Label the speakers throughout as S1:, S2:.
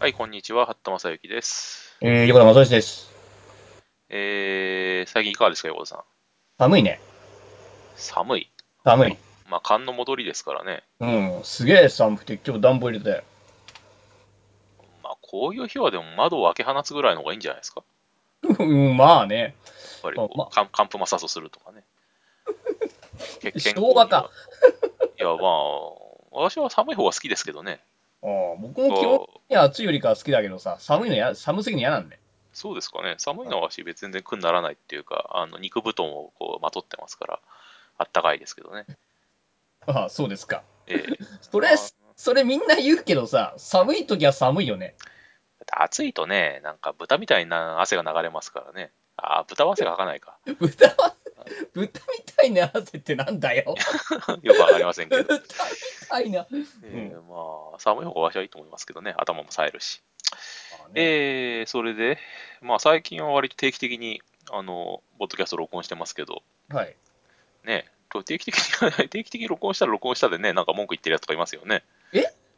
S1: はい、こんにちは。八田正幸です。
S2: えー、横田正義です。
S1: えー、最近いかがですか、横田さん。
S2: 寒いね。
S1: 寒い。
S2: 寒い。
S1: まあ、寒の戻りですからね。
S2: うん、すげえ寒くて、 今日暖房入れたよ。
S1: まあ、こういう日はでも窓を開け放つぐらいの方がいいんじゃないですか。
S2: うん、まあね。
S1: やっぱりこう、
S2: まあ
S1: かん寒風摩擦をするとかね。け健 康に
S2: 昭和か。
S1: いや、まあ、私は寒い方が好きですけどね。
S2: うん僕
S1: あ
S2: も基本的には暑いよりかは好きだけどさ、寒いのや、寒すぎるの嫌なんで。
S1: そうですかね。寒いのは私、別に全然苦にならないっていうか、あの肉布団をこうまとってますから、あったかいですけどね。
S2: ああ、そうですか。
S1: えー、
S2: それ、それみんな言うけどさ、寒い時は寒いよね。
S1: 暑いとね、なんか豚みたいな汗が流れますからね。ああ、豚は汗がかかないか。
S2: 豚は、豚みたいな汗ってなんだよ。
S1: よくわかりませんけ
S2: 豚
S1: ど。
S2: みたいな。
S1: えーまあ、寒い方が私はいいと思いますけどね。頭も冴えるし。えー、それで、まあ最近は割と定期的に、あの、ポッドキャスト録音してますけど、
S2: はい。
S1: ね、と定期的に、定期的に録音したら録音したでね、なんか文句言ってるやつとかいますよね。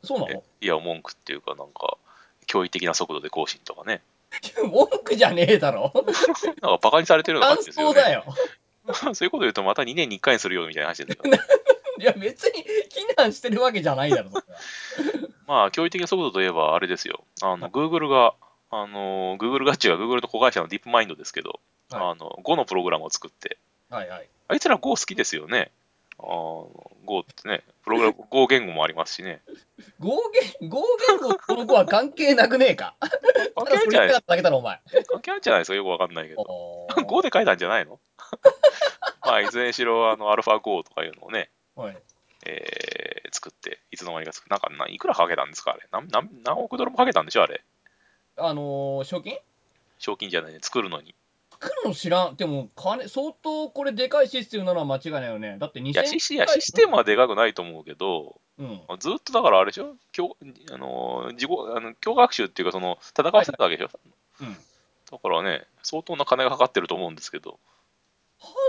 S2: そうな
S1: え
S2: の
S1: いや、文句っていうか、なんか、驚異的な速度で更新とかね。
S2: 文句じゃねえだろ。
S1: なんかバカにされてるような感
S2: 感
S1: じですよ
S2: 想
S1: ね。
S2: だよ。
S1: そういうこと言うと、また2年に1回にするよみたいな話ですよね。
S2: いや、別に非難してるわけじゃないだろ、それは
S1: まあ、驚異的な速度といえば、あれですよ。あの、Google が、あの、Google がっちゅうか Google と子会社のディープマインドですけど、
S2: は
S1: あの、Go のプログラムを作って、
S2: はいはい。
S1: あいつら Go 好きですよね。あの Go ってね、プログラ ム、Go 言語もありますしね。
S2: 合言、合言語とこの子は関係なくねえか。
S1: 関係あ
S2: ただそ
S1: る
S2: れ
S1: んじゃないで
S2: 言いたか
S1: す
S2: っただけだろ、お前。
S1: か。関係あるんじゃないですか。よくわかんないけど。Go で書いたんじゃないの まあ、いずれにしろ、あの、AlphaGo とかいうのをね、
S2: はい。
S1: えー作って、いつの間にか作って、なんか、ないくらかけたんですか、あれ。なんなん何億ドルもかけたんでしょ、あれ。
S2: あのー、賞金
S1: 賞金じゃないね、作るのに。
S2: 来るの知らん。でも、金、相当これでかいシステムなのは間違いないよね。だって2000
S1: いや、シいやシステムはでかくないと思うけど、
S2: うん。
S1: ずっとだからあれでしょ教あの自己あの教学習っていうか、その戦わせてたわけでしょ、
S2: うん。ハー
S1: だからね、相当な金がかかってると思うんですけど、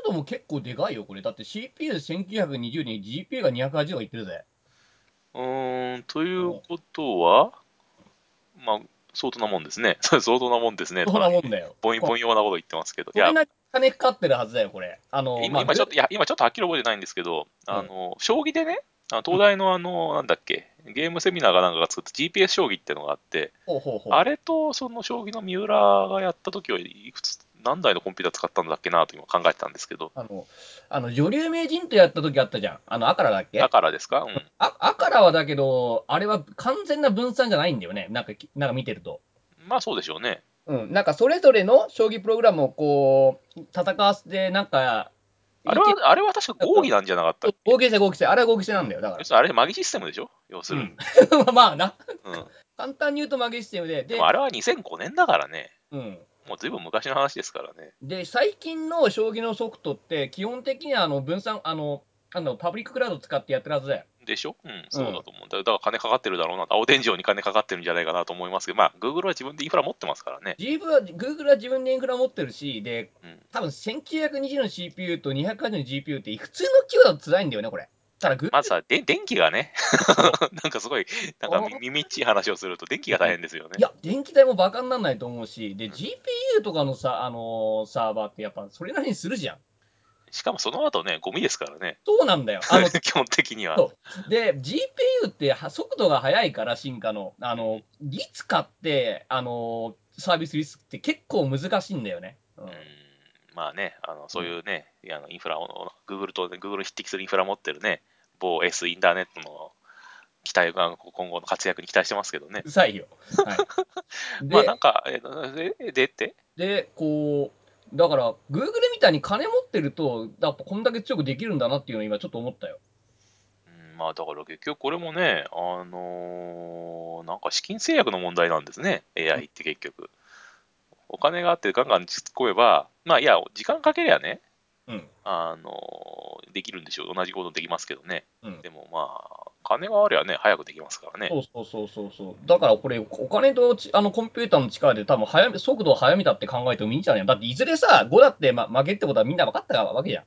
S2: ドも結構でかいよ、これ。だって CPU1920 に GPU が280とかいってるぜ。
S1: うーん、ということは、まあ、相当なもんですね。 相当なもんです ね。
S2: そんなもんだよ。
S1: ポインポイン用なこと言ってますけど、い
S2: そ
S1: や
S2: れ、なりに金かかってるはずだよ、これ。あのー、
S1: 今今ちょっと、いや、今ちょっとはっきり覚えてないんですけど、あの、将棋でね、あの東大のあの、なんだっけ、ゲームセミナーかなんかが作った GPS 将棋っていうのがあって、
S2: ほうほうほう。
S1: あれと、その将棋の三浦がやった時はいくつ、何台のコンピューター使ったんだっけなと今考えてたんですけど、
S2: あの、あの、女流名人とやった時あったじゃん。あの、アカラだっけ
S1: だからですかうん。
S2: あ、あからはだけど、あれは完全な分散じゃないんだよね。なんかき、なんか見てると。
S1: まあそうでしょうね。
S2: うん。なんかそれぞれの将棋プログラムをこう、戦わせて、なんか、
S1: あれは、あれは確か合議なんじゃなかったっけ
S2: 合計性合計性、あれは合計性なんだよ。だか
S1: 要
S2: ら
S1: す。るにあれ、マギシステムでしょ要するに。
S2: うん まあな、
S1: うん。
S2: 簡単に言うと負けシステム
S1: で
S2: で、で
S1: も、あれは2005年だからね。
S2: うん。
S1: もう随分昔の話ですからね。
S2: で、最近の将棋のソフトって、基本的にはあの、分散、あの、あの、パブリッククラウド使ってやってるはずだよ。
S1: でしょうん、そうだと思う。だだから金かかってるだろうな。青天井に金かかってるんじゃないかなと思いますけど、まあ、Google は自分でインフラ持ってますからね。
S2: 自分は、Google は自分でインフラ持ってるし、で
S1: うん、
S2: 多分1920の CPU と280の GPU って、普通の企業だと辛いんだよね、これ。ただ、Google
S1: まずさ、で電気がね、 なんかすごい、なんかみ耳っちい話をすると、電気が大変ですよね
S2: い。や、電気代もバカにならないと思うし、で、
S1: うん
S2: GPU とかのさ、あのーサーバーってやっぱそれなりにするじゃん。
S1: しかもその後ね、ゴミですからね。
S2: そうなんだよ。 あの
S1: 基本的には。
S2: そうで、GPU っては速度が速いから、進化の。あの、いつかって、あのーサービスリスクって結構難しいんだよね。うん
S1: うんまあね、あのそういうね、いやあのインフラを、Google と、Google に匹敵するインフラ持ってるね、某 S インターネットの期待が今後の活躍に期待してますけどね。
S2: うざいよ。 はい、で、
S1: まあなんか、ええでって、
S2: で、こう、だから、Google みたいに金持ってると、やっぱこんだけ強くできるんだなっていうのを今ちょっと思ったよ。
S1: うん、まあだから結局これもね、あのーなんか資金制約の問題なんですね、AI って結局。お金があってガンガン突っ込めば、まあいや、時間かけりゃね、
S2: うん。
S1: あのーできるんでしょう。同じことできますけどね。
S2: うん
S1: でもまあ、金がありゃね、早くできますからね。
S2: そうそうそうそうそう。だからこれ、お金とちあのコンピューターの力で多分早め、速度を早めたって考えてもいいんじゃないだっていずれさ、5だって、ま、負けってことはみんな分かったわけじゃん。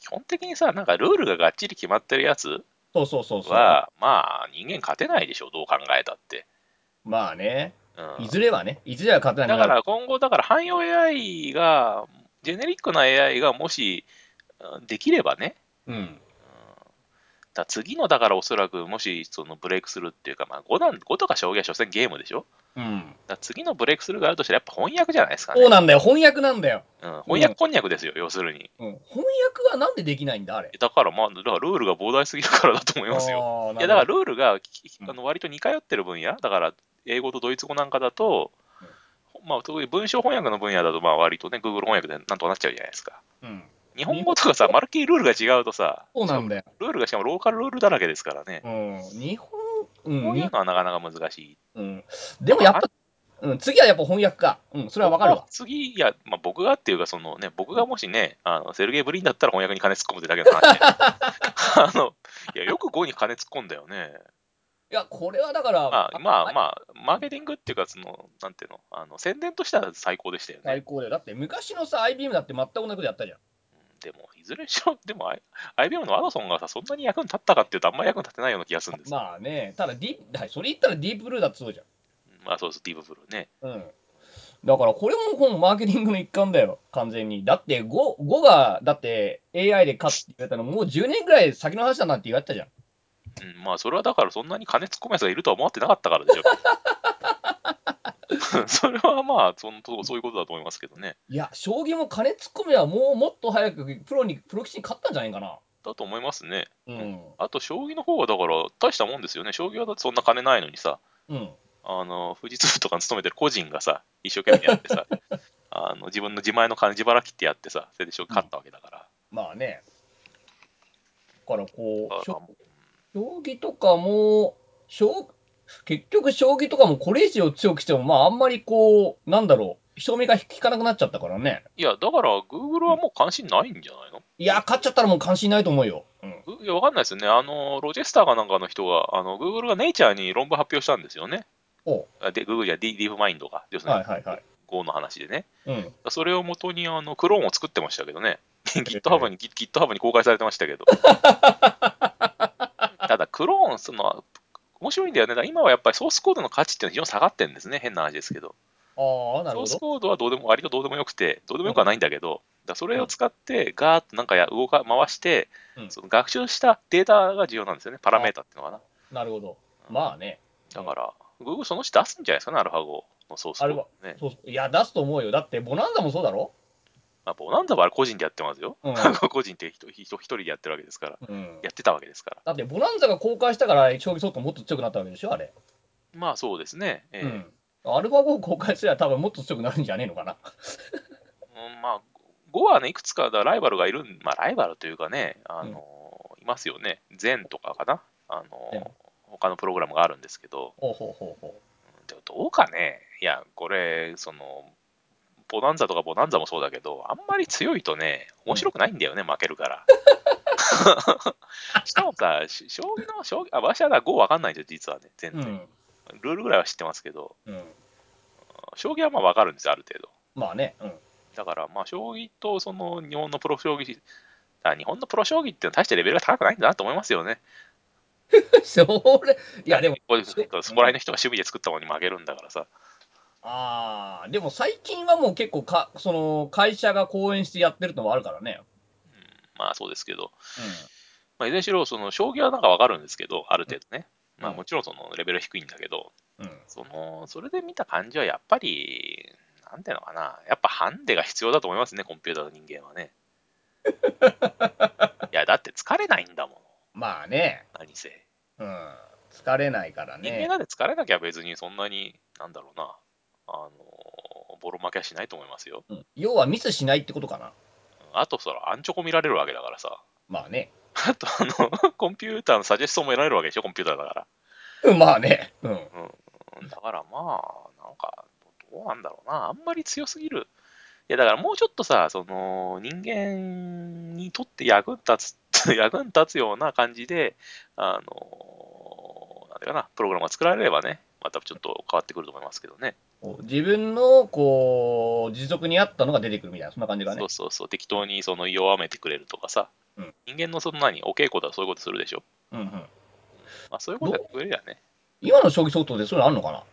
S1: 基本的にさ、なんかルールががっちり決まってるやつ
S2: そうそうそうそう。
S1: は、まあ、人間勝てないでしょ、どう考えたって。
S2: まあね。
S1: うん
S2: いずれはね、いずれは勝てない
S1: だから今後、だから汎用 AI が、ジェネリックな AI がもしうんできればね、
S2: うん。
S1: うんだ次のだからおそらくもしそのブレイクスルーっていうか、まあ、5, なん5とか将棋は所詮ゲームでしょ
S2: うん。
S1: だ次のブレイクスルーがあるとしたらやっぱ翻訳じゃないですかね。
S2: そうなんだよ、翻訳なんだよ。
S1: うん、翻訳こんにゃくですよ、要するに。
S2: うん、翻訳はなんでできないんだ、あれ。
S1: だから、まあ、だからルールが膨大すぎるからだと思いますよ。
S2: よ
S1: いやだからルールがきき
S2: うん
S1: あの割と似通ってる分野、だから英語とドイツ語なんかだと、まあ、特に文章翻訳の分野だと、まあ割とね、Google 翻訳でなんとかなっちゃうじゃないですか。
S2: うん、
S1: 日本語とかさ、まるっきりルールが違うとさ、
S2: そうなんだよ。
S1: ルールがしかもローカルルールだらけですからね。
S2: うん、日本、う
S1: こ
S2: ん
S1: ういう
S2: に
S1: のはなかなか難しい。
S2: うん、でもやっぱ、うん、次はやっぱ翻訳か。うん、それはわかるわ。
S1: 次、いや、まあ、僕がっていうか、そのね、僕がもしね、あのセルゲイ・ブリンだったら翻訳に金突っ込むってだけの 話で。あの、いや、よく5に金突っ込んだよね。
S2: いや、これはだから、
S1: まあ、まあ、
S2: あ、
S1: まあ、マーケティングっていうか、その、なんていうの、あの宣伝としては最高でしたよね。
S2: 最高だよ。だって昔のさ、IBM だって全く同じことやったじゃん。
S1: うんでも、いずれにしろ、でも、I- IBM のアドソンがさ、そんなに役に立ったかっていうと、あんまり役に立ってないような気がするんですよ。
S2: まあね、ただディープ、はい、それ言ったらディープブルーだってそうじ
S1: まあ、そうそう、ディーブブルーね。
S2: ゃん。うん。だからこれもこのマーケティングの一環だよ、完全に。だって 5, 5が、だって AI で勝つって言われたのもう10年ぐらい先の話だなんて言われてたじゃん。
S1: うん、まあ、それはだから、そんなに金突っ込むやつがいるとは思ってなかったからでしょ。 それはまあそのと、そういうことだと思いますけどね。
S2: いや、将棋も金突っ込めばもうもっと早くプロに、プロ棋士に勝ったんじゃないかな。
S1: だと思いますね。
S2: うん。
S1: あと、将棋の方は、だから、大したもんですよね。将棋はだってそんな金ないのにさ、
S2: うん。
S1: あの富士通とかに勤めてる個人がさ、一生懸命やってさ、あの自分の自前の金自腹切ってやってさ、それで勝ったわけだから。
S2: まあね。だからこ
S1: だ
S2: う、し
S1: から
S2: ょ将棋とかも、将結局将棋とかもこれ以上強くしても、まああんまりこう、なんだろう、人目が引かなくなっちゃったからね。
S1: いや、だから、Google はもう関心ないんじゃないの
S2: いや、勝っちゃったらもう関心ないと思うよ。うん。
S1: ぐいや、わかんないですよね。あの、ロジェスターかなんかの人が、あの、Google がネイチャーに論文発表したんですよね。
S2: おう
S1: あで、Google じゃディディープマインドが、要する
S2: は
S1: に
S2: いはいはい。
S1: Go の話でね。
S2: うん。
S1: それをもとに、あの、クローンを作ってましたけどね。GitHub に、GitHub に公開されてましたけ ど。ただ、クローン、その、面白いんだよね。だから今はやっぱりソースコードの価値っていうのは非常に下がってるんですね。変な話ですけど。
S2: ああ、なる
S1: ソー
S2: ほ
S1: ス
S2: ど。
S1: コードはどうでも割とどうでもよくて、どうでもよくはないんだけど、だからそれを使って、ガーッとなんかや動か回して、
S2: うん
S1: その学習したデータが重要なんですよね、パラメータっていうのかな。
S2: なるほど。まあね。
S1: だから、Google そのうち出すんじゃないですかね、アルファ5のソースコード、ね。
S2: そうそういや、出すと思うよ。だって、ボナンザもそうだろ
S1: まあ、ボナンザはあれ個人でやってますよ。
S2: うん。
S1: 個人って人人一人でやってるわけですから、
S2: うん、
S1: やってたわけですから。
S2: だって、ボナンザが公開したから、将棋ソフトもっと強くなったわけでしょ、あれ。
S1: まあそうですね。ええ
S2: うん。アルファ5公開すれば多分もっと強くなるんじゃねえのかな。
S1: うんまあ、5はね、いくつかだライバルがいるん、まあライバルというかね、あのいますよね。全とかかな。あの
S2: ゼン
S1: 他のプログラムがあるんですけど、
S2: ほうほうほうほ
S1: でもどうかね、いや、これ、その、ボナンザとかボナンザもそうだけど、あんまり強いとね、面白くないんだよね、負ける から。しかもさ、し将棋の、将棋、あ、私はだ、5わかんないんですよ、実はね、全
S2: う。う
S1: 然。
S2: ん。
S1: ルールぐらいは知ってますけど、
S2: うん。
S1: 将棋はまあわかるんですよ、ある程度。
S2: まあね。 うん。
S1: だから、まあ、将棋とその日本のプロ将棋、あ日本のプロ将棋っていうのは大してレベルが高くないんだなと思いますよね。
S2: それ、いや、でも、
S1: こういうそこら辺の人が趣味で作ったものに負けるんだからさ。
S2: ああ、でも最近はもう結構か、その、会社が講演してやってるのもあるからね。
S1: まあそうですけど、まあ、いずれにしろ、その将棋はなんかわかるんですけど、ある程度ね。まあ
S2: うん
S1: もちろんそのレベル低いんだけど、
S2: うん。うん。
S1: その、それで見た感じはやっぱり、なんていうのかな、やっぱハンデが必要だと思いますね、コンピューターの人間は ね。いや、だって疲れないんだもん、
S2: まあね。
S1: 何せ。
S2: うん。疲れないから
S1: 人間
S2: ね。
S1: なんて疲れなきゃ別にそんなに、なんだろうな、あの、ボロ負けはしないと思いますよ。
S2: うん要はミスしないってことかな。
S1: あと、そら、アンチョコ見られるわけだからさ。
S2: まあね。
S1: あと、あの、コンピューターのサジェストも得られるわけでしょ、コンピューターだか
S2: まあね。うん。
S1: ら。うんだからまあ、なんか、どうなんだろうな、あんまり強すぎる。いや、だからもうちょっとさ、その、人間にとって役に立つ、 役に立つような感じで、あの、なんていうかな、プログラムが作られればね、またちょっと変わってくると思いますけどね。
S2: 自分の、こう、持続に合ったのが出てくるみたいな、そんな感じがね
S1: そう。そうそう、適当にその弱めてくれるとかさ、
S2: うん
S1: 人間のその何、お稽古だとそういうことするでしょ。
S2: うんうん。
S1: まあ、そういうことやってくれりゃね。
S2: 今の将棋ソフトでそういうのあるのかな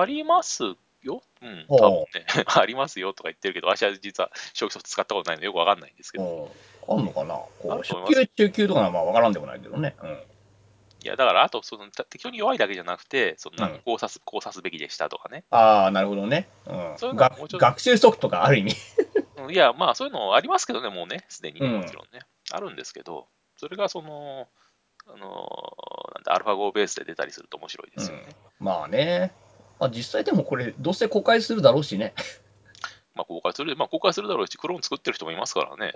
S1: ありますよ。うん、
S2: ほう
S1: 多分ね。 ありますよとか言ってるけど、私は実は初期ソフト使ったことないのでよくわかんないんですけど。
S2: うん。あんのかな
S1: あ
S2: こ
S1: る
S2: う、
S1: と思い
S2: 初
S1: ます
S2: 級、中級とかならまあわからんでもないけどね。うん。
S1: いや、だから、あと、その、た適当に弱いだけじゃなくて、その、なん
S2: う
S1: か
S2: ん
S1: こう指す、こう指すべきでしたとかね。
S2: ああ、なるほどね。うん。
S1: そういうのはもう
S2: 学
S1: ちょっと
S2: 学習則とかある意味。
S1: うんいや、まあ、そういうのありますけどね、もうね、すでにね、
S2: うん
S1: もちろんね。あるんですけど、それが、その、あのー、なんだ、アルファ5ベースで出たりすると面白いですよね。
S2: まあね。まあ実際でもこれ、どうせ公開するだろうしね。
S1: まあ、公開する、まあ、公開するだろうし、クローン作ってる人もいますからね。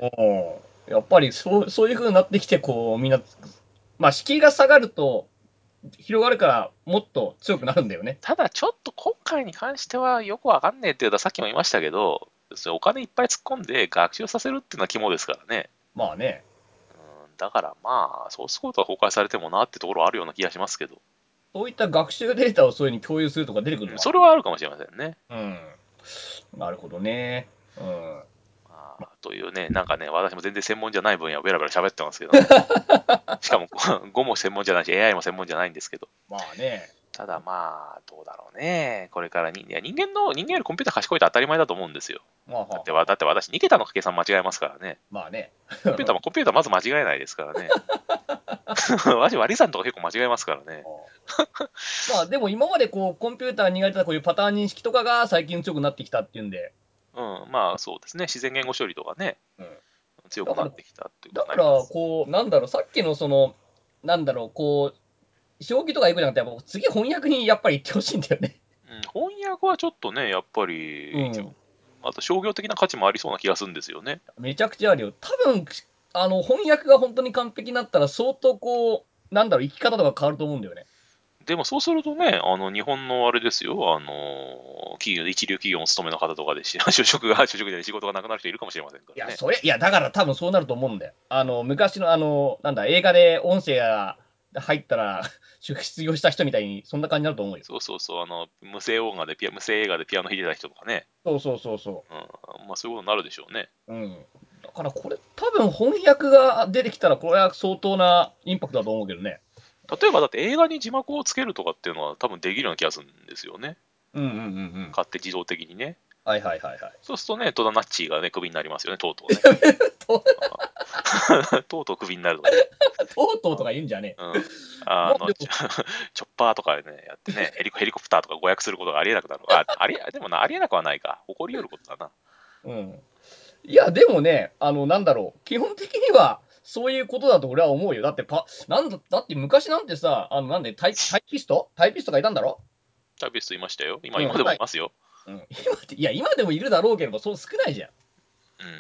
S2: うん。やっぱりそう、そういう風になってきて、こう、みんな、まあ敷居が下がると、広がるから、もっと強くなるんだよね。
S1: ただ、ちょっと今回に関しては、よくわかんねえっていうのは、さっきも言いましたけど、それお金いっぱい突っ込んで学習させるっていうのは肝ですからね。
S2: まあね。
S1: うん、だから、まあ、ソースコードは崩壊されてもなってところはあるような気がしますけど、
S2: そういった学習データをそういうふうに共有するとか出てくる
S1: う
S2: の
S1: ん
S2: は
S1: それはあるかもしれませんね。
S2: うん。なるほどね。うん。
S1: まあ、というね、なんかね、私も全然専門じゃない分野をベラベラ喋ってます けど、ね、しかも 語も専門じゃないし、AI も専門じゃないんですけど、
S2: まあね。
S1: ただまあ、どうだろうね、これからにいや人間の、人間よりコンピューター賢いって当たり前だと思うんですよ。
S2: まあは
S1: だってわだって私、逃げたのか計算間違えますからね、
S2: ま あね。
S1: コンピューターもコンピューターまず間違えないです からね。私、割り算とか結構間違えますからね。
S2: まあでも今までこうコンピューターに苦手なこういうパターン認識とかが最近強くなってきたっていうんで、
S1: うん、まあそうですね、自然言語処理とかね、
S2: うん
S1: 強くなってきたっていう
S2: だ
S1: ことに
S2: から
S1: なります
S2: こう、なんだろう、さっきのその、なんだろう、こう、将棋とか行くじゃなくて、やっぱ次翻訳にやっぱり行ってほしいんだよね。
S1: うん翻訳はちょっとね、やっぱり、
S2: うん
S1: あと商業的な価値もありそうな気がするんですよね。
S2: めちゃくちゃあるよ。多分あの翻訳が本当に完璧になったら相当こう、なんだろう、生き方とか変わると思うんだよね。
S1: でもそうするとね、あの日本のあれですよ、あの企業一流企業の勤めの方とかでし 就職が、就職じゃない仕事がなくなる人いるかもしれませんか
S2: い
S1: ら
S2: や、
S1: ね。
S2: それ、いや、だから多分そうなると思うんだよ。あの、昔のあの、なんだ、映画で音声が入ったら、 失業した人みたいに、そんな感じになると思うよ。
S1: そうそうそう、あの無声音楽でピア、無声映画でピアノ弾いてた人とかね、
S2: そうそうそうそ
S1: うんまあ、そういうことになるでしょうね。
S2: う。うん。だからこれ、多分翻訳が出てきたら、これは相当なインパクトだと思うけどね。
S1: 例えばだって映画に字幕をつけるとかっていうのは多分できるような気がするんですよね。
S2: うんうんうんうん。
S1: 勝手自動的にね。
S2: はいはいはいはい。
S1: そうするとね、戸田ナッチーがね、クビになりますよね、とう とうね。とうとうクビになるとかね。
S2: とうとうとか言うんじゃねえ。
S1: うんあ
S2: ま
S1: の
S2: あでも
S1: チョ チョッパーとかね、やって ね、ヘリコヘリコプターとか誤訳することがありえなくなる。あありえでもな、ありえなくはないか。起こり得ることだな。
S2: うん。いや、でもね、あの、なんだろう、基本的には、そういうことだと俺は思うよ。だってパ、なんだ、だって昔なんてさ、あの、なんで、タイタイピストタイピストがいたんだろ
S1: タイピストいましたよ。今、
S2: うん
S1: 今でもいますよ。
S2: うん、今っていや、今でもいるだろうけれど、そう少ないじゃん。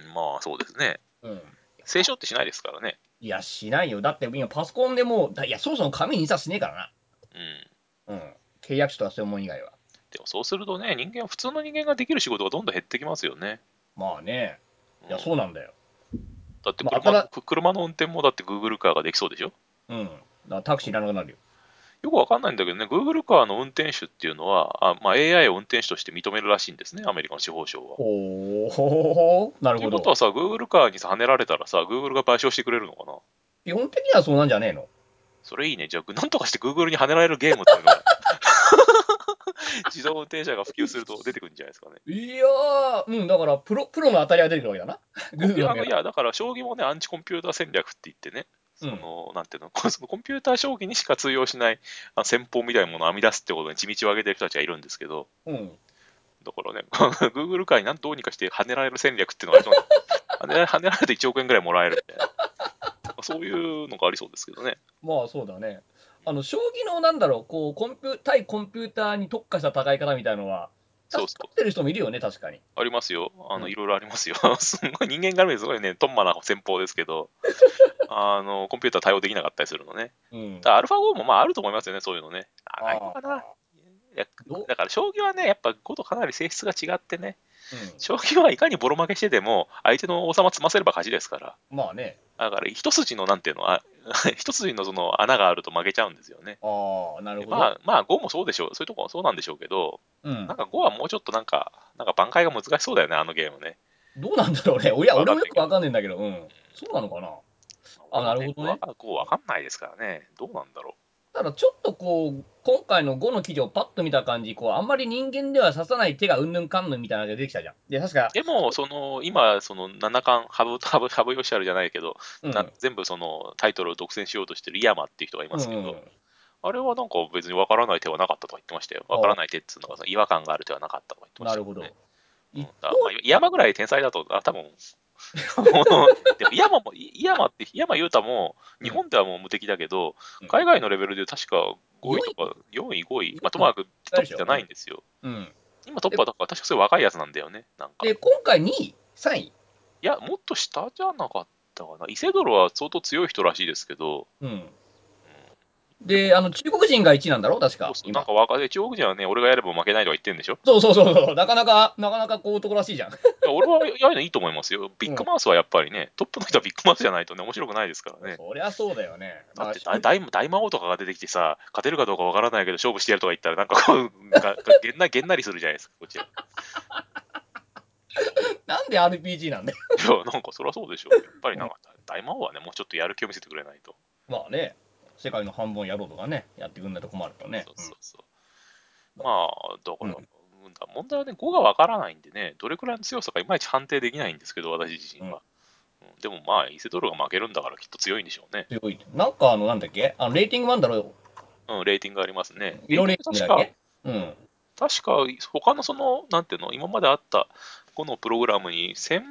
S1: うん、まあそうですね。
S2: うん、
S1: 清書ってしないですからね。
S2: いや、しないよ。だって今、パソコンでもう、だいや、そもそも紙に印刷しねえから
S1: うん。
S2: な。うん、契約書とかそういうもん以外は。
S1: でもそうするとね、人間、普通の人間ができる仕事がどんどん減ってきますよね。
S2: まあね、
S1: うん
S2: いや、そうなんだよ。
S1: だって
S2: まあ
S1: 車,、
S2: ただ
S1: 車の運転もだって Google カーができそうでしょ
S2: うん、だからタクシーいらなくなるよ。
S1: よくわかんないんだけどね、Google カーの運転手っていうのは、あまあ、AI を運転手として認めるらしいんですね、アメリカの司法省は。
S2: ほー、なる
S1: とい
S2: ほ
S1: うこ
S2: ど
S1: と。はさ、Google カーにさ跳ねられたらさ、Google が賠償してくれるのかな
S2: 基本的にはそうなんじゃねえの
S1: それいいね。じゃあ、なんとかして Google に跳ねられるゲームっていうの が、自動運転車が普及すると出てくるんじゃないですか ね。
S2: いやー、うん、だからプロ、プロの当たりが出てくるわけ だな。グー
S1: い
S2: グル
S1: や、
S2: の
S1: あのいやだから、将棋もね、アンチコンピューター戦略って言ってね、その、なんていうの、こそのコンピューター将棋にしか通用しないあの戦法みたいなものを編み出すってことに地道を上げてる人たちがいるんですけど、
S2: うん。
S1: だからね、Google 界になんどうにかして跳ねられる戦略っていうのがありそうなんで跳ねら 跳ねられて1億円ぐらいもらえるみたいな。そういうのがありそうですけどね。
S2: まあそうだね。あの、将棋のなんだろう、こう、コンピュ対コンピューターに特化した戦い方みたいのは、
S1: そう
S2: 確
S1: そう
S2: かってる人もいるよね、確かに。
S1: ありますよ。あの、
S2: うん
S1: いろいろありますよ。 すごい人間から見るとすごいね、とんまな戦法ですけど、あの、コンピューター対応できなかったりするのね。
S2: うん
S1: だからアルファ5もまああると思いますよね、そういうのね。あないのかな。いや
S2: ど
S1: だから将棋はね、やっぱ5とかなり性質が違ってね、
S2: う
S1: 将棋はいかにボロ負けしてても、相手の王様詰ませれば勝ちですから、
S2: ん、まあね、
S1: だから一筋の、なんていうの、あ 一筋のその穴があると負けちゃうんですよね。
S2: ああ、なるほど。
S1: まあ、まあ5もそうでしょう、そういうとこもそうなんでしょうけど、
S2: うん
S1: なん、か5はもうちょっとなんか、なんか挽回が難しそうだよね、あのゲームね。
S2: どうなんだろうね。いや、
S1: わか
S2: 俺
S1: んな
S2: も
S1: い
S2: よ
S1: けど
S2: くわかんないんだけど、うん。そうなのかな。あなるほどね
S1: わかこうわかんないですからね。どうなんだろ
S2: ただちょっとこう、今回の5の記事をパッと見た感じ、こう、あんまり人間では刺さない手がうんぬんかんぬんみたいなのが出てきたじゃん。で、確か、
S1: でも、その、今、その、七冠、羽生、羽生、羽生善治じゃないけど、
S2: うん、
S1: な全部その、タイトルを独占しようとしてる井山っていう人がいますけど、
S2: うんうん
S1: あれはなんか別に分からない手はなかったとか言ってましたよ。
S2: あ
S1: 分からない手っつうのがその違和感がある手はなかったとか言ってまし
S2: な
S1: たよ
S2: る
S1: ね、
S2: ほど。
S1: うん
S2: 一
S1: だからまあ山ぐらい天才だと、あ多 分でも山も、山って、山雄太も、日本ではもう無敵だけど、
S2: うん
S1: 海外のレベルで確か5位とか、4位、5位、まあ、ともかくトップじゃないんですよ。
S2: うん。
S1: 今トップはだから確かすごい若いやつなんだよね、なんか。
S2: で、
S1: い
S2: 今回2位、3位。
S1: や、もっと下じゃなかったかな。伊勢ドロは相当強い人らしいですけど、
S2: うん。で、あの、中国人が1位なんだろう確
S1: そ
S2: か
S1: う。そう
S2: 今
S1: なんか若い、中国人はね、俺がやれば負けないとか言ってるんでしょ。
S2: そうそうそうそう。なかなか、なかなかこう男らしいじゃん。
S1: いや俺はやるのいいと思いますよ。ビッグマウスはやっぱりね、トップの人はビッグマウスじゃないとね、面白くないですからね。
S2: そりゃそうだよね。
S1: だって
S2: まあ
S1: 大大大魔王とかが出てきてさ、勝てるかどうかわからないけど、勝負してやるとか言ったら、なんかこ う、ががげんなげんなりするじゃないですか、こっちら。い
S2: なんで RPG なんだよ。
S1: や、なんかそりゃそうでしょう。やっぱりなんか、大魔王はね、もうちょっとやる気を見せてくれないと。
S2: まあね、世界の半分やろうとかね、やってくんないと困るとね。
S1: そう
S2: うん
S1: そうそう。まあ、だから、
S2: う
S1: うんだ問題はね、5がわからないんでね、どれくらいの強さかいまいち判定できないんですけど、私自身は。うんでもまあ、イセドロが負けるんだからきっと強いんでしょうね。
S2: 強い。なんかあの、なんだっけあの、レーティングもあんだろう。
S1: うん、レーティングありますね。
S2: いろいろレーティング
S1: 確
S2: だっ
S1: か
S2: けうん。
S1: 確か、他のその、なんていうの、今まであった、このプログラムに1000、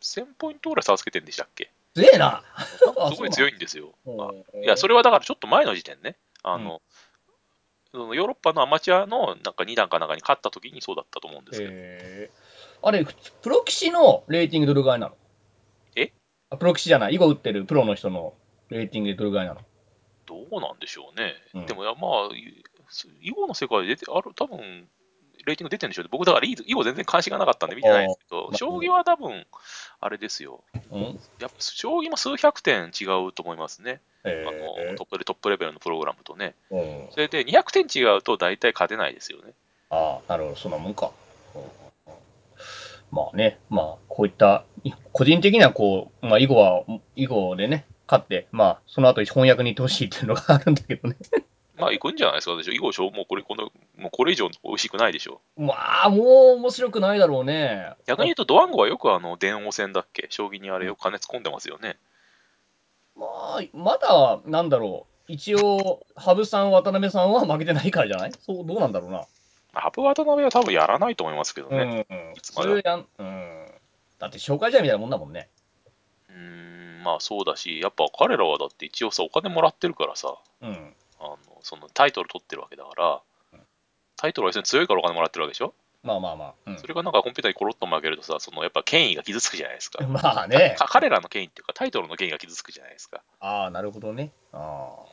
S1: 1000ポイントぐらい差をつけてんでしたっけ
S2: 強 えな。
S1: なんかすごい強いんですよ。あいや、そ
S2: れ。
S1: れはだからちょっと前の時点ね。あの、そのヨーロッパのアマチュアのなんか2段かなんかに勝った時にそうだったと思うんですけど、
S2: へえあれ、普通プロ棋士のレーティングどれぐらいなの
S1: え
S2: あプロ棋士じゃない。囲碁打ってるプロの人のレーティングでどれぐらいなの
S1: どうなんでしょうね。
S2: うん
S1: でも、いやまあ、い囲碁の世界で出て、ある、多分レーティング出てるんでしょうね。僕、だから囲囲碁全然関心がなかったんで見てないんですけど
S2: あ、ー
S1: 将棋は多分あれですよ。
S2: うん
S1: やっぱ将棋も数百点違うと思いますね。
S2: へ
S1: あの
S2: え
S1: トップレトップレベルのプログラムとね。
S2: うん
S1: それで200点違うと大体勝てないですよね。
S2: ああ、なるほど、そんなもんか。うんうんうんまあね、まあ、こういった、い個人的にはこう、まあ、囲碁は、囲碁でね、勝って、まあ、その後翻訳に行ってほしいっていうのがあるんだけどね。
S1: まあ、いくんじゃないですか、私、囲碁将、もうこれ、この、もうこれ以上美味しくないでしょ
S2: まあ、もう面白くないだろうね。
S1: う。逆に言うと、ドワンゴはよくあの、電王戦だっけ将棋にあれよく金突っ込んでますよね。
S2: まあ、まだ、なんだろう。一応、羽生さん、渡辺さんは負けてないからじゃないそう、どうなんだろうな。
S1: ハブ渡辺は多分やらないと思いますけど
S2: うん
S1: ね。、
S2: うん。普
S1: つまで
S2: 通やん、うん。だって、紹介じゃみたいなもんだもんね。
S1: うーん、んまあそうだし、やっぱ彼らはだって一応さ、お金もらってるからさ、
S2: うん。
S1: あの、そのタイトル取ってるわけだから、タイトルは要するに強いからお金もらってるわけでしょ
S2: まあまあまあ。うん
S1: それがなんかコンピューターにコロッと負けるとさ、そのやっぱ権威が傷つくじゃないですか。
S2: まあね。
S1: か彼らの権威っていうか、タイトルの権威が傷つくじゃないですか。
S2: ああ、なるほどね。ああ、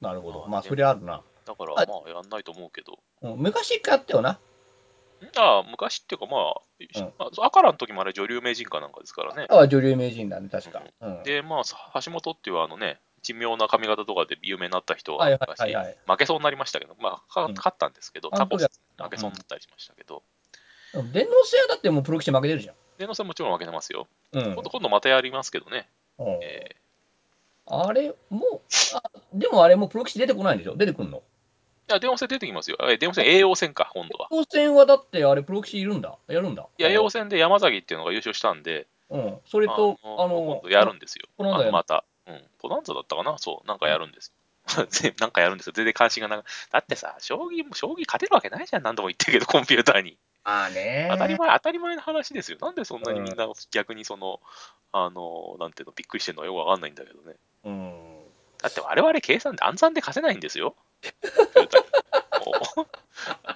S2: なるほど。
S1: あー
S2: まあ、
S1: で
S2: それあるな。
S1: だから、
S2: あ
S1: まあ、やんないと思うけど。
S2: うん昔一回あったよな。
S1: んああ、昔っていうか、まあ、し
S2: うん
S1: まあ、アカラの時もあれ、女流名人かなんかですからね。
S2: あは女流名人だね、確か。うん、
S1: で、まあ、さ橋本っていうあのね、珍妙な髪型とかで有名になった人
S2: はい
S1: は
S2: はいはいはい。
S1: 負けそうになりましたけど、まあ、か
S2: うん
S1: 勝ったんですけど、
S2: あ
S1: タコス
S2: そう
S1: 負けそうになったりしましたけど、
S2: 電脳制はだってもうプロ棋士負けてるじゃ
S1: 電脳戦もちろん負けてますよ。
S2: ん。うん
S1: 今。度、今度またやりますけどね。
S2: うん
S1: えー
S2: あれ、もう、あでもあれもうプロ棋士出てこないんでしょ出てくんの
S1: いや、電王戦出てきますよ。え電王戦、栄王戦か、今度は。
S2: 当選はだってあれプロ棋士いるんだ。やるんだ。
S1: いや、栄王戦で山崎っていうのが優勝したんで、
S2: うん。それと、あ
S1: あの
S2: の
S1: 今、度やるんですよ。
S2: ポランザ
S1: あ
S2: や
S1: の
S2: る
S1: また、うん。ポランザだったかなそう、なんかやるんです よ。全なんかやるんですよ。全然関心がなく。だってさ、将棋も、将棋勝てるわけないじゃん。何度も言ってるけど、コンピューターに。
S2: ああね。
S1: 当たり前、当たり前の話ですよ。なんでそんなにみんな逆にその、あの、なんていうの、びっくりしてるのはよくわかんないんだけどね。
S2: うん。
S1: だって我々計算で暗算で勝てないんですよ。コンピューターにもう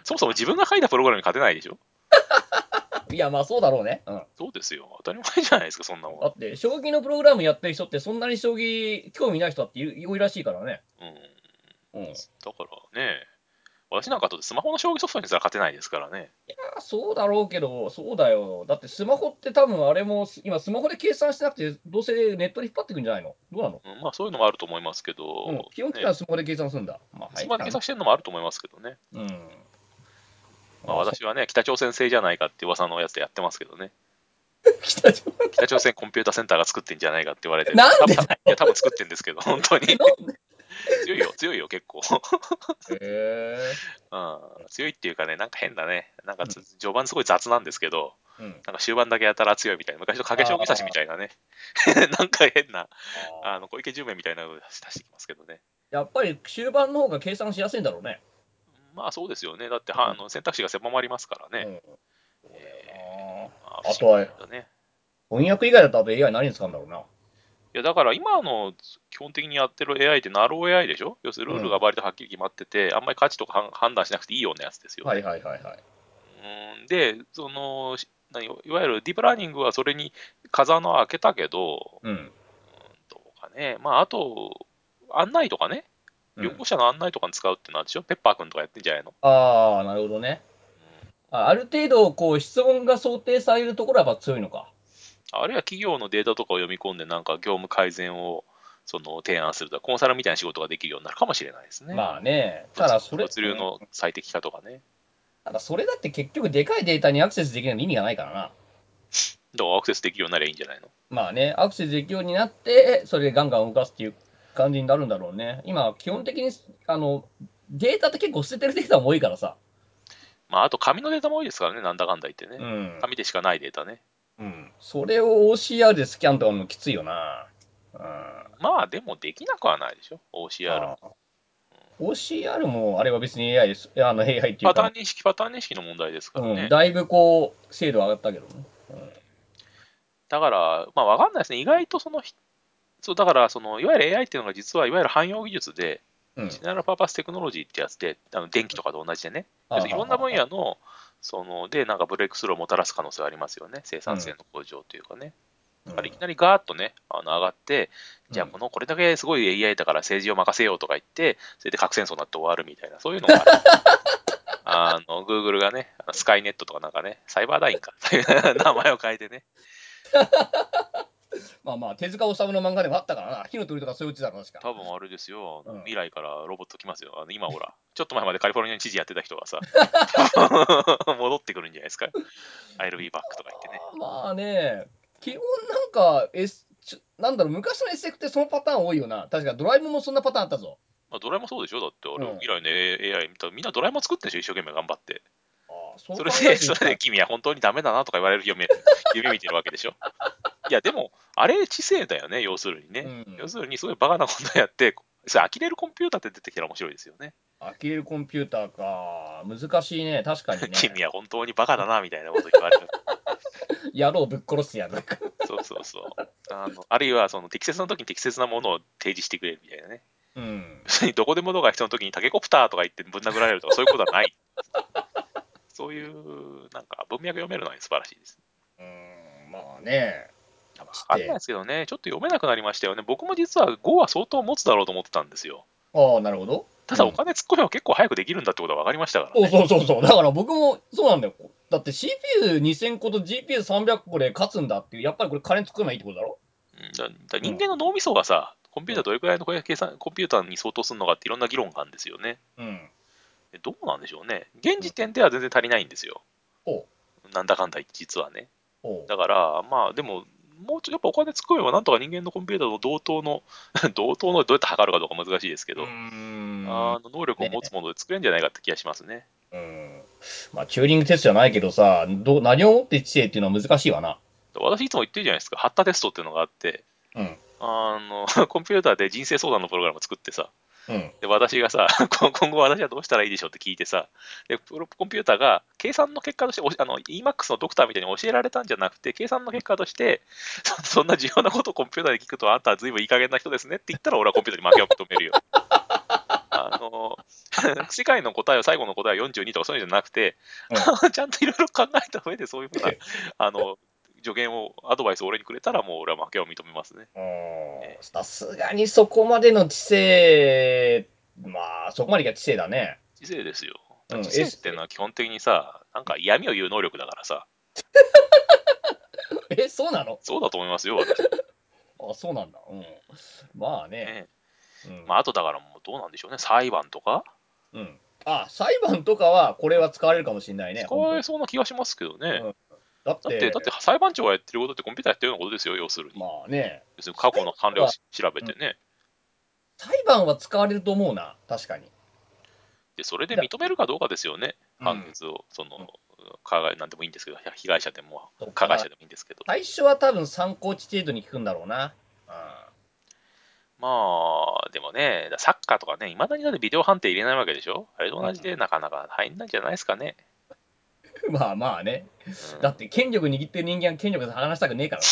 S1: そもそも自分が書いたプログラムに勝てないでしょ
S2: いや、まあそうだろうね。うん。
S1: そうですよ。当たり前じゃないですか、そんなもん。
S2: だって、将棋のプログラムやってる人ってそんなに将棋興味ない人だってい多いらしいからね。
S1: うん。だ
S2: うん。
S1: からね、私なんかだとスマホの将棋ソフトにすら勝てないですからね。
S2: そうだろうけど、そうだよ。だってスマホって多分あれも、今スマホで計算してなくて、どうせネットで引っ張ってくんじゃないのどうなの、
S1: うんまあそういうのもあると思いますけど、
S2: うん、基本的に
S1: ね
S2: はスマホで計算するんだ。まあ、
S1: スマホで計算してるのもあると思いますけどね。
S2: うん。
S1: まあ、私はね、北朝鮮製じゃないかって噂のやつでやってますけど ね。
S2: 北朝
S1: 北朝鮮コンピューターセンターが作ってんじゃないかって言われてる。
S2: なんで
S1: 多分いや、多分作ってんですけど、本当に。
S2: 鮮の
S1: 強いよ、強いよ、結構。
S2: へ
S1: うん、強いっていうかね、なんか変だね。なんかつ、序盤すごい雑なんですけど、
S2: え。うん。
S1: なんか終盤だけやたら強いみたいな、昔の影将棋指しみたいなね、 なんか変な、
S2: あー
S1: あの小池十面みたいなのを出してきますけどね。
S2: やっぱり終盤の方が計算しやすいんだろうね。
S1: まあそうですよね。だってはあの選択肢が狭まりますからね。
S2: うんそうだよ
S1: あ
S2: あとは
S1: だね。
S2: な翻訳以外だとあと AI 何に使うんだろうな。
S1: いやだから今の基本的にやってる AI ってナロー AI でしょ要するにルールが割とはっきり決まってて、あんまり価値とか判判断しなくていいようなやつですよね。
S2: はいはいはいはい。
S1: うんで、その、し何いわゆるディープラーニングはそれに風穴を開けたけど、
S2: うん。
S1: どうかね、まあ、あと、案内とかね、
S2: うん
S1: 旅行者の案内とかに使うってのはでしょ、ペッパー君とかやってんじゃないの、
S2: ああ、なるほどね。
S1: うん
S2: あある程度、こう、質問が想定されるところはやっぱ強いのか。
S1: あるいは企業のデータとかを読み込んで、なんか業務改善をその提案するとか、コンサルみたいな仕事ができるようになるかもしれないですね。
S2: まあね。ただそれ、
S1: 物流の最適化とかね。
S2: ただそれだって結局でかいデータにアクセスできないの意味がないからな。
S1: だからアクセスできるようになりゃいいんじゃないの
S2: まあね、アクセスできるようになって、それでガンガン動かすっていう感じになるんだろうね。今、基本的に、あの、データって結構捨ててるデータも多いからさ。
S1: まあ、あと紙のデータも多いですからね、なんだかんだ言って
S2: う
S1: ね。
S2: ん。
S1: 紙でしかないデータね。
S2: うん。それを OCR でスキャンとかのきついよな。うん。
S1: まあ、でもできなくはないでしょ、OCR も。
S2: あ OCR も、あれは別に AI です。あの、AI ってい
S1: パ
S2: う
S1: ターン
S2: か、
S1: 認識、パターン認識の問題ですからね。
S2: うん。だいぶこう、精度上がったけどね。
S1: だから、まあ、わかんないですね。意外とその、ひそう、だから、その、いわゆる AI っていうのが実はいわゆる汎用技術で、
S2: うん。うん
S1: ジェネラルパーパステクノロジーってやつで、あの電気とかと同じでね、要するにいろんな分野の、その、で、なんかブレイクスルーをもたらす可能性はありますよね。生産性の向上というかね。だからいきなりガーッとね、あの上がって、じゃあこのこれだけすごい AI だから政治を任せようとか言って、それで核戦争になって終わるみたいな、そういうのが ある。あの、Google がね、スカイネットとかなんかね、サイバーダインか、 名前を変えてね。
S2: まあまあ、手塚治虫の漫画でもあったからな。火の鳥とかそういううちだろ、確か。
S1: 多分あれですよ、あの
S2: うん
S1: 未来からロボット来ますよ。あの今ほら、ちょっと前までカリフォルニアに知事やってた人が さ、戻ってくるんじゃないですか。I'll be back とか言ってね。
S2: まあね、基本なんか、S、ちょなんだろう、昔の SF ってそのパターン多いよな。確かドラえもんもそんなパターンあったぞ。
S1: まあ、ドラえもんそうでしょだってあれ、
S2: うん
S1: 未来の AI 見たらみんなドラえもん作ってるでしょ一生懸命頑張って。
S2: ああ、そ
S1: そ
S2: 考
S1: れ
S2: え
S1: で、
S2: てみ
S1: そ
S2: た
S1: れで君は本当にダメだなとか言われる夢、 夢見てるわけでしょ。いや、でも、あれ知性だよね、要するにね。
S2: うん
S1: 要するに、すごいバカなことやって、それ呆れるコンピューターって出てきたら面白いですよね。。
S2: 呆れるコンピューターか。難しいね、確かにね
S1: 君は本当にバカだな、みたいなこと言われる。
S2: 野郎ぶっ殺すやん。
S1: そうそうそう。あのあるいは、その適切な時に適切なものを提示してくれるみたいなね。
S2: うん。
S1: 別にどこでもドアが必要な時にタケコプターとか言ってぶん殴られるとか、そういうことは ない。そういう、なんか文脈読めるのは素晴らしいです。
S2: うん、まあね。
S1: あれなんですけどね、ちょっと読めなくなりましたよね。僕も実は5は相当持つだろうと思ってたんですよ。
S2: ああ、なるほど。
S1: ただ
S2: うん
S1: お金突っ込めば結構早くできるんだってことは分かりましたから
S2: そう
S1: ね。
S2: そうそうそう。だから僕もそうなんだよ。だって CPU2000 個と GPU300 個で勝つんだっていう、やっぱりこれ金作らないってことだろ
S1: うんだだ人間の脳みそがさ、コンピューターどれくらいの計算コンピューターに相当するのかっていろんな議論があるんですよね。
S2: うん。
S1: でどうなんでしょうね。現時点では全然足りないんですよ。
S2: ほ
S1: なんだかんだ言って実はね。
S2: おう
S1: だから、まあでも、もうちょっとやっぱお金突っ込めばなんとか人間のコンピューターと同等の、 同等のどうやって測るかどうか難しいですけど、
S2: ん
S1: あの能力を持つもので作れるんじゃないかって気がしますね。
S2: うんまあ、チューリングテストじゃないけどさ、どう何をもって知性っていうのは難しいわな。
S1: 私いつも言ってるじゃないですか、ハッタテストっていうのがあって、
S2: うん。
S1: あの コンピューターで人生相談のプログラム作ってさ、
S2: うん。
S1: で私がさ、 こ今後私はどうしたらいいでしょうって聞いてさ、でプロコンピューターが計算の結果としておしあの、EMAX のドクターみたいに教えられたんじゃなくて、計算の結果として、 そそんな重要なことをコンピューターで聞くと、あんたはずいぶんいい加減な人ですねって言ったら、俺はコンピューターに負けを認める よ。あの 世界の答えは最後の答えは42とかそういうんじゃなくて、 ちゃんといろいろ考えた上でそういうふうなあの助言を、アドバイスを俺にくれたら、もう俺は負けを認めますね。
S2: さすがにそこまでの知性、まあ、そこまでが知性だね。
S1: 知性ですよ。
S2: うん
S1: 知性っていうのは基本的にさ、なんか嫌味を言う能力だからさ、
S2: え、そうなの
S1: そうだと思いますよ、私。
S2: あ、そうなんだ。うん。まあね。
S1: ね
S2: うん。
S1: まあ、あとだからもうどうなんでしょうね、裁判とか、
S2: うん、あ、裁判とかは、これは使われるかもしれないね。
S1: 使われそうな気がしますけどね。
S2: だっ、
S1: だってて、だって裁判長がやってることってコンピューターやってるようなことですよ、要するに。
S2: まあね。
S1: 要するに過去の判例をし調べてね。
S2: 裁判は使われると思うな、確かに。
S1: で、それで認めるかどうかですよね、
S2: うん
S1: 判決を。その、加害なんでもいいんですけど、被害者でも
S2: そう、
S1: 加害者でもいいんですけど。
S2: 最初は多分参考値程度に聞くんだろうな。う
S1: まあ、でもね、サッカーとかね、いまだにだってビデオ判定入れないわけでしょあれと同じで、なかなか入んないんじゃないですかね。
S2: ん、 まあまあね。
S1: うん
S2: だって権力握ってる人間は権力と話したくねえから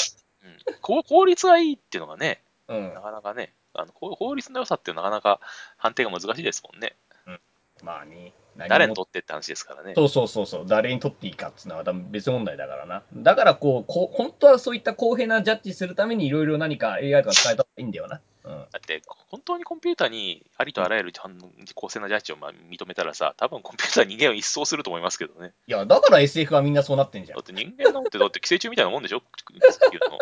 S1: うんこう効率がいいっていうのがね、
S2: な。うん
S1: な。かなかね、あのこう法律の良さってなかなか判定が難しいですもんね。
S2: まあね。
S1: 誰
S2: 何
S1: にと
S2: も
S1: ってって話ですからね。
S2: そうそうそうそう。誰にとっていいかっていうのは多分別問題だからな。だからこう、こう本当はそういった公平なジャッジするためにいろいろ何か AI とか使えた方がいいんだよな。うん。
S1: だって、本当にコンピューターにありとあらゆる反公正なジャッジをまあ認めたらさ、多分コンピューターは人間を一掃すると思いますけどね。
S2: いや、だから SF はみんなそうなってんじゃん
S1: だっ。て人間なんて、だって寄生虫みたいなもんでしょ地球の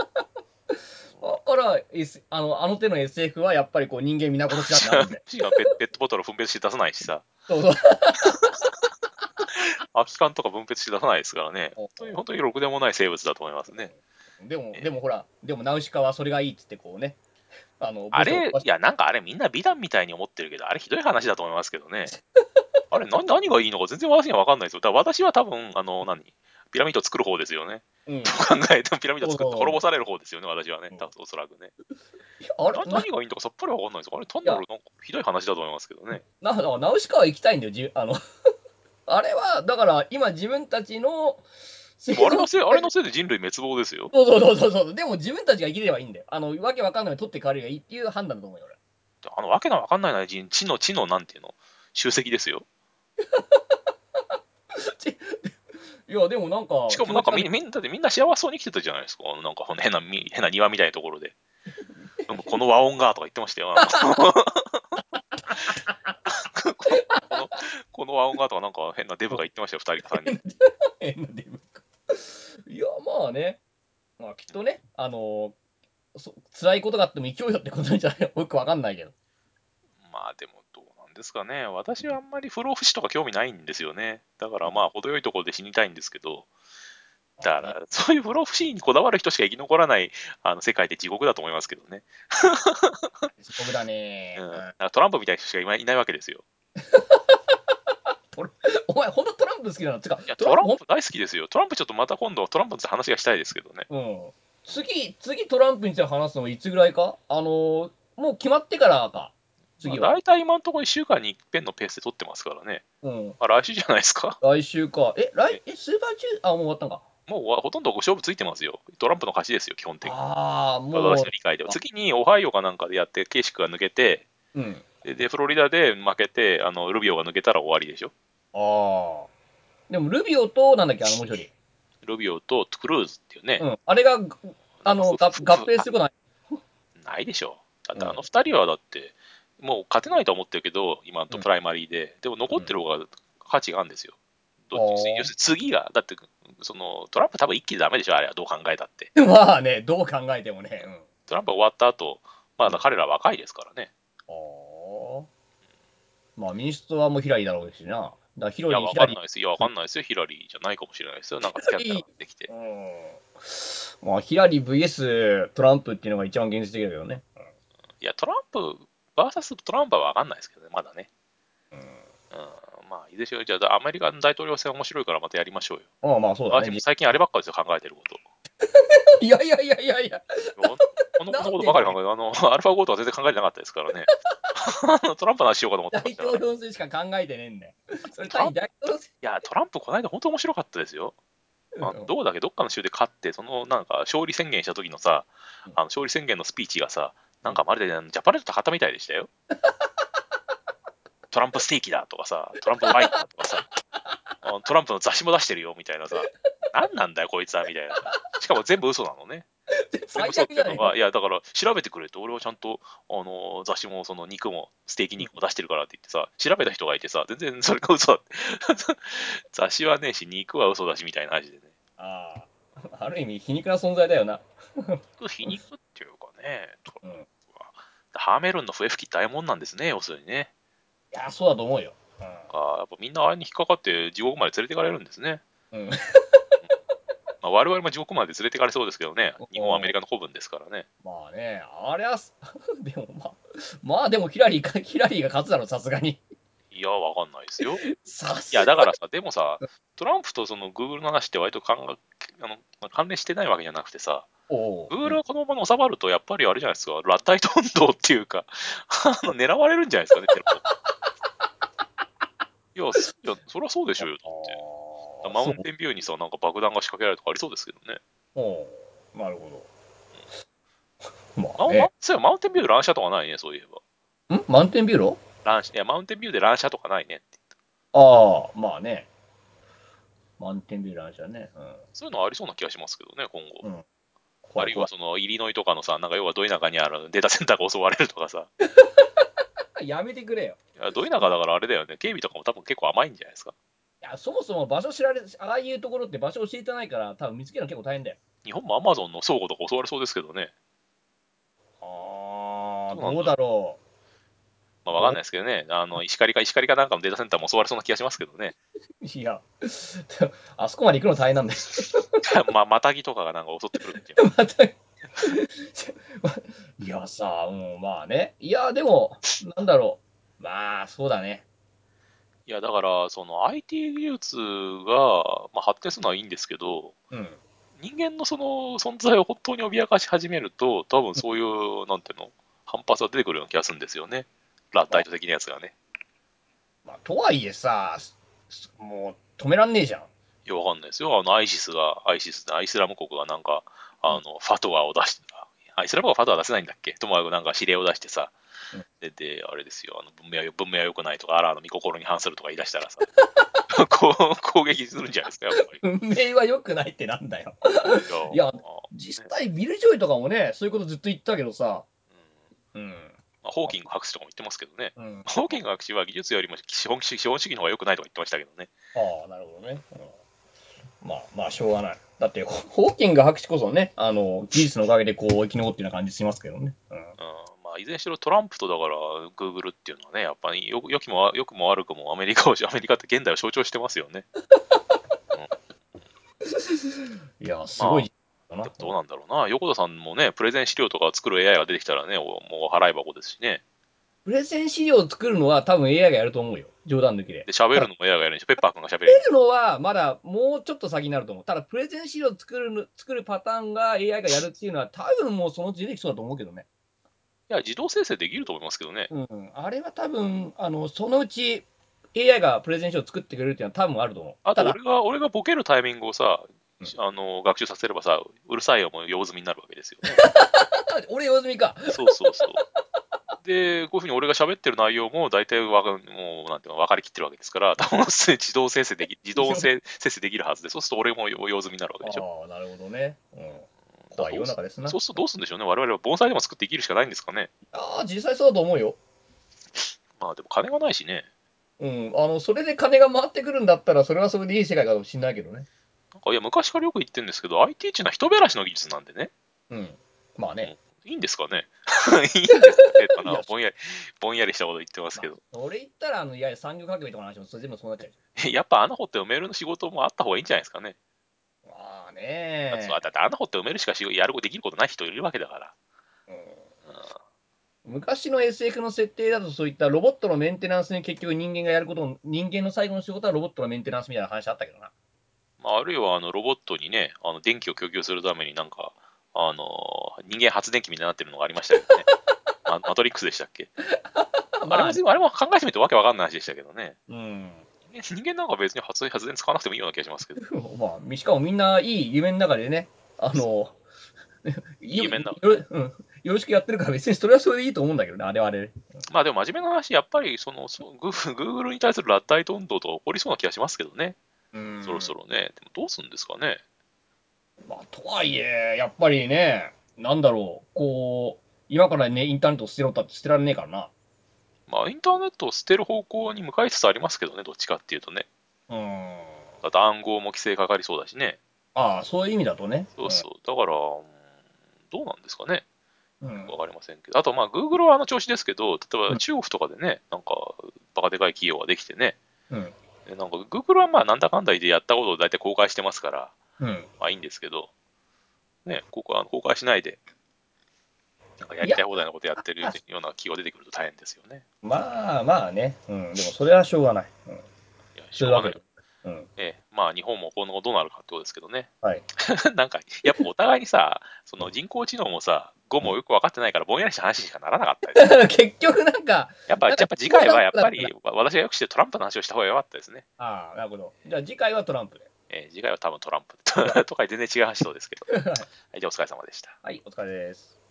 S2: だから、S、あのあの手の SF はやっぱりこう人間皆殺しだ ってなるんだよ。
S1: 虫がペッペットボトルを分別して出さないしさ、
S2: そうそう。
S1: 空き缶とか分別して出さないですからね。本当に、本当にろくでもない生物だと思いますね。
S2: でも
S1: え、え
S2: でもほら、でもナウシカはそれがいいっつってこうね。あの、
S1: あれ、い
S2: 武士を
S1: や、なんかあれ、みんな美談みたいに思ってるけど、あれ、ひどい話だと思いますけど ね。あれ、な何がいいのか全然私には分かんないですよ。だから私は多分、あの、何ピラミッド作る方ですよね。
S2: うん。
S1: どう考えてもピラミッド作って
S2: そう
S1: 滅ぼされる方ですよね、私はね
S2: うん。
S1: 多分おそらくね。
S2: あ
S1: な
S2: れな
S1: 何がいいのかさっぱり分かんないですよ。あれ、単なるなんかひどい話だと思いますけど ね。
S2: なだからナウシカは行きたいんだよ、じ あのあれは、だから今自分たちの
S1: でもあれのせい、あれのせいで人類滅亡ですよ。
S2: そうそうそうそう、でも自分たちが生きればいいんだよ。あのわけわかんないのに取って代わりがいいっていう判断だと思うよ、俺。
S1: あの、わけの分かんないな人、知の知のなんていうの、集積ですよ。
S2: いや、でもなんか、
S1: しかもなんかみ
S2: 気持ち悪い
S1: みんなでみんな幸せそうに生きてたじゃないですか。あのなんかこの変なみ変な庭みたいなところ で。でもこの和音がとか言ってましたよ。あの このこのこの和音がとかなんか変なデブが言ってましたよ、2人か3人。
S2: 変なデブ君 いや、まあね、まあきっとね、あの、そ辛いことがあっても生きようよってことなんじゃないよよくわかんない けど。
S1: まあでもどうなんですかね。私はあんまり不老不死とか興味ないんですよね。だからまあ程よいところで死にたいんですけど、だからそういう不老不死にこだわる人しか生き残らないあの世界って地獄だと思いますけどね。
S2: 地獄だね、
S1: うん、
S2: う
S1: だ
S2: ん
S1: からトランプみたいな人しか今いないわけですよ。
S2: お前、ほんとトランプ好きなのつうか
S1: いや、トランプ大好きですよ。トランプちょっとまた今度、トランプについて話がしたいですけどね。
S2: うん。次、次トランプについて話すのはいつぐらいかあのーもう決まってからか。次
S1: まあ
S2: は。
S1: 大体今のところ1週間に一遍のペースで撮ってますからね。
S2: うん。
S1: まあ、来週じゃないですか。
S2: 来週か。え、来、え、スーパーチュー、あ、もう終わったんか。
S1: もうわほとんどご勝負ついてますよ。トランプの勝ちですよ、基本的に。
S2: ああ、もう
S1: 私の、理解では。次にオハイオかなんかでやって、ケーシックが抜けて、
S2: うん。
S1: で、でフロリダで負けて、あのルビオが抜けたら終わりでしょ。
S2: ああ。でも、ルビオと、なんだっけ、あの、もう一人。
S1: ルビオとトゥクルーズっていうね。
S2: うん。あれが、あの、合合併することない。
S1: ないでしょ。だって
S2: うん
S1: あの二人はだって、もう勝てないと思ってるけど、今
S2: う
S1: と
S2: ん
S1: プライマリーで、でも残ってる方が価値があるんですよ。どっち
S2: あー
S1: 要するに次が、だってそのトランプ多分一気でダメでしょ、あれはどう考えたって。
S2: まあね、どう考えてもね。うん。
S1: トランプ終わった後、まだ彼ら若いですからね。
S2: ああ。まあ、民主党はもうヒラリーだろうしな。だから
S1: い
S2: ヒロリ
S1: や、
S2: ー、
S1: わ
S2: ヒ
S1: か
S2: ラ
S1: ん
S2: リー
S1: ないですよ。いや、わかんないですよ。ヒラリーじゃないかもしれないですよ。なんかスキャンダルができて。
S2: うんまあ、ヒラリー VS トランプっていうのが一番現実的だけどね。
S1: いや、トランプ、バーサストランプはわかんないですけどね、まだね。うん、まあ、いいでしょう。じゃあ、アメリカの大統領選面白いからまたやりましょうよ。
S2: まあまあ、そうだ
S1: あ
S2: ね
S1: でも。最近あればっかですよ、考えてること。
S2: いやいやいやいやいや。
S1: このこのことばかり考えて、あの、 アルファ5とは全然考えてなかったですからね。 あのトランプの話しようかと思ってま
S2: 大
S1: したから
S2: 統
S1: い
S2: 領選しか考えてねえ んだよ。それ対大統領選。
S1: や、トランプ、この間、本当面白かったですよ。あのどうだっけ、どっかの州で勝って、そのなんか勝利宣言した時のさ
S2: うん、
S1: あの勝利宣言のスピーチがさ、なんかまるであのジャパネット高田みたいでしたよ。トランプステーキだとかさ、トランプワインだとかさ、あのトランプの雑誌も出してるよみたいなさ、なんなんだよ、こいつはみたいな。しかも全部嘘なのね。
S2: 最
S1: 全部嘘ってい
S2: 悪じゃ
S1: う
S2: な
S1: の
S2: い
S1: が、いや、だから調べてくれと、俺はちゃんと、あの雑誌もその肉もステーキ肉も出してるからって言ってさ、調べた人がいてさ、全然それが嘘だって。 雑誌はねえし、肉は嘘だしみたいな話でね。
S2: ああある意味、皮肉な存在だよな。
S1: 皮肉っていうかね、ト
S2: うん。い
S1: ハーメルンの笛吹き大んなんですね、要するにね。
S2: や、そうだと思うよ。
S1: なんかやっぱみんなあれに引っかかって地獄まで連れてかれるんですね。
S2: うん。
S1: まあ、我々も地獄まで連れてかれそうですけどね
S2: おー、
S1: 日本、アメリカの古文ですからね。
S2: まあね、あれはす、でもまあ、まあでもヒラリーか、ヒラリーが勝つだろ、さすがに。
S1: いや、わかんないですよ。い
S2: さす
S1: や、だからさ、でもさ、トランプとその Google の話って割と関があの関連してないわけじゃなくてさ、
S2: おう
S1: Google がこのまま収まると、やっぱりあれじゃないですか、ラッタイトンドっていうか、あの狙われるんじゃないですかね、テロいや、すいやそりゃそうでしょうよ、だって。
S2: あー
S1: マウ
S2: そ
S1: ンテンビューにさ、なんか爆弾が仕掛けられるとかありそうですけどね。
S2: うおうなるほど。
S1: あ
S2: まあ
S1: ま
S2: ね。
S1: そういえばマウンテンビューで乱射とかないね、そういえば。
S2: ん満点ビューロ
S1: 乱射いや、マウンテンビューで乱射とかないねって。
S2: ああ、まあね。満点ビューランじゃね。うん。
S1: そういうのありそうな気がしますけどね、今後。あ
S2: 怖
S1: る
S2: い
S1: いはそ
S2: 怖
S1: の、イリノイとかのさ、なんか要はど田舎にあるデータセンターが襲われるとかさ。
S2: い。やめてくれよ。
S1: いやど田舎だからあれだよね、警備とかも多分結構甘いんじゃないですか。
S2: いや、そもそも場所知られ、ああいうところって場所教えてないから、多分見つけるの結構大変だよ。
S1: 日本もアマゾンの倉庫とか襲われそうですけどね。
S2: ああ、
S1: そうなんだ
S2: どうだろ
S1: まあ、わかんないですけどね、あの石狩か石狩かなんかのデータセンターも襲われそうな気がしますけどね。
S2: う。いや、 あそこまで行くの大変なんだよ。
S1: まあ、マタギとかがなんか襲ってくるんじゃん。
S2: また いやさ、うん、まあね。いや、でも、なんだろう。まあ、そうだね。
S1: いや、だから、その IT 技術が、まあ、発展するのはいいんですけど、
S2: うん。
S1: 人間のその存在を本当に脅かし始めると、多分そういう、なんていうの、反発が出てくるような気がするんですよね。ラッタイト的なやつがね。
S2: まあ、とはいえさ、すもう止めらんねえじゃん。
S1: いや、わかんないですよ。あの、アイシスが、アイシス、アイスラム国がなんか、あの、ファトワを出して、あアイスラム国はファトワ出せないんだっけともかくなんか指令を出してさ
S2: うん、
S1: で、であれですよ、あの文明は文明は良くないとか、アラーの御心に反するとか言い出した らさ、こう攻撃するんじゃないですか、やっぱり。
S2: 運命は良くないってなんだよ。いや
S1: まあ
S2: 実際、ビル・ジョイとかもね、そういうことずっと言ってたけどさ。
S1: うん
S2: うん。
S1: まあホーキング博士とかも言ってますけどね。
S2: うん、あ
S1: ホーキング博士は技術よりも資本主義資本主義の方が良くないとか言ってましたけどね。
S2: あ、なるほどね。うんまあ、まあ、しょうがない。だって、ホホーキング博士こそね、あの、技術のおかげでこう、生き残ってるような感じしますけどね。うん。
S1: うんまあ、いずれにしろトランプとだから、グーグルっていうのはね、やっぱりよよきも悪よくも悪くもアメリカを、アメリカって現代を象徴してますよね。
S2: いや、すごい、だな。
S1: どうなんだろうな。横田さんもね、プレゼン資料とか作る AI が出てきたらね、おもう払い箱ですしね。
S2: プレゼン資料を作るのは多分 AI がやると思うよ。冗談抜きで。
S1: で、喋るのも AI がやるんでしょ、ペッパー君が喋
S2: 作
S1: る。
S2: るのはまだもうちょっと先になると思う。ただ、プレゼン資料を作るの作るパターンが AI がやるっていうのは多分もうそのうち出てきそうだと思うけどね。
S1: いや、自動生成できると思いますけどね。
S2: うん。あれは多分、あの、そのうち AI がプレゼン資料を作ってくれるっていうのは多分あると思う。
S1: あと、
S2: ただ
S1: 俺が、俺がボケるタイミングをさ
S2: うん、
S1: あの、学習させればさ、うるさいよもう用済みになるわけですよ。
S2: 俺、用済みか。
S1: そうそうそう。で、こういうふうに俺が喋ってる内容も大体わかん、もうなんていうの、分かりきってるわけです から、多分自動生成でき、自動生生成できるはずで、そうすると俺も用済みになるわけでしょ。
S2: ああ、なるほどね。うん。怖い世の中ですな。
S1: そうするとどうするんでしょうね。我々は盆栽でも作って生きるしかないんですかね。
S2: ああ、実際そうだと思うよ。
S1: まあでも金がないしね。
S2: うん。あの、それで金が回ってくるんだったら、それはそれでいい世界かもしれないけどね。
S1: なんかいや、昔からよく言ってるんですけど、IT っていうのは人減らしの技術なんでね。
S2: うん。まあね。
S1: いいんですかね。 いいんですかねか
S2: い
S1: な
S2: や
S1: ぼんやり、ぼんやりしたこと言ってますけど。
S2: まあ俺言ったら、あの、いや、産業革命とかの話もそれ全部そうなっちゃうじ
S1: やっぱ穴掘って埋めるの仕事もあった方がいいんじゃないですかね。
S2: ゃん。ま
S1: だ
S2: あ
S1: っ
S2: ね
S1: てだって穴掘って埋めるしかしやることできることない人いるわけだから。うん
S2: 昔の SF の設定だと、そういったロボットのメンテナンスに結局人間がやることを、人間の最後の仕事はロボットのメンテナンスみたいな話あったけどな。
S1: まあ、あるいはあのロボットにね、あの電気を供給するためになんか、あの人間発電機みたいになってるのがありましたよね。 あマトリックスでしたっけあれも
S2: ね
S1: 全部あれも考えてみるとわけわかんない話でしたけどね。
S2: うん。
S1: 人間人間なんか別に発発電使わなくてもいいような気がしますけど。
S2: まあ、しかもみんないい夢の中でね、あの、い
S1: 夢の
S2: よろうん、よろしくやってるから別にそれはそれでいいと思うんだけどね、あれはあれで。
S1: まあでも真面目な話、やっぱりそのそうグー グルに対するラッタイト運動とか起こりそうな気がしますけどね。
S2: うん
S1: そろそ。ろね。でもどうするんですかね。
S2: まあ、とはいえ、やっぱりね、なんだろう、こう、今からね、インターネットを捨てろったって捨てられねえからな。
S1: まあインターネットを捨てる方向に向かいつつありますけどね、どっちかっていうとね。
S2: うーん。
S1: だって暗号も規制かかりそうだしね。
S2: ああ、そういう意味だとね。
S1: そうそう。だから、うんどうなんですかね。
S2: うん。うん。
S1: わかりませんけど、あと、まあ、Google はあの調子ですけど、例えば中国とかでね、なんか、バカでかい企業ができてね、
S2: うん。
S1: でなんか、Google はまあ、なんだかんだ言ってやったことを大体公開してますから、
S2: うん。
S1: まあいいんですけど、ね、ここは公開しないで、なんかやりたい放題のことやってるような気が出てくると大変ですよね。
S2: まあまあね、うん、でもそれはしょうがない。うん、
S1: いや
S2: そういうわけ
S1: しょ
S2: で。うん、
S1: うがないええ、まあ日本も今後どうなるかってことですけどね。
S2: はい。
S1: なんか、やっぱお互いにさ、その人工知能もさ、語もよく分かってないからぼんやりした話しかならなかった です。
S2: 結局なんか、
S1: やっぱ、やっぱ次回はやっぱり、私がよくしてるトランプの話をした方が良かったですね。
S2: ああ、なるほど。じゃあ次回はトランプで。
S1: ええ 次回は多分トランプ。とか全然違う話そうですけど。はい、じゃあお疲れ様でした。
S2: はい、お疲れです。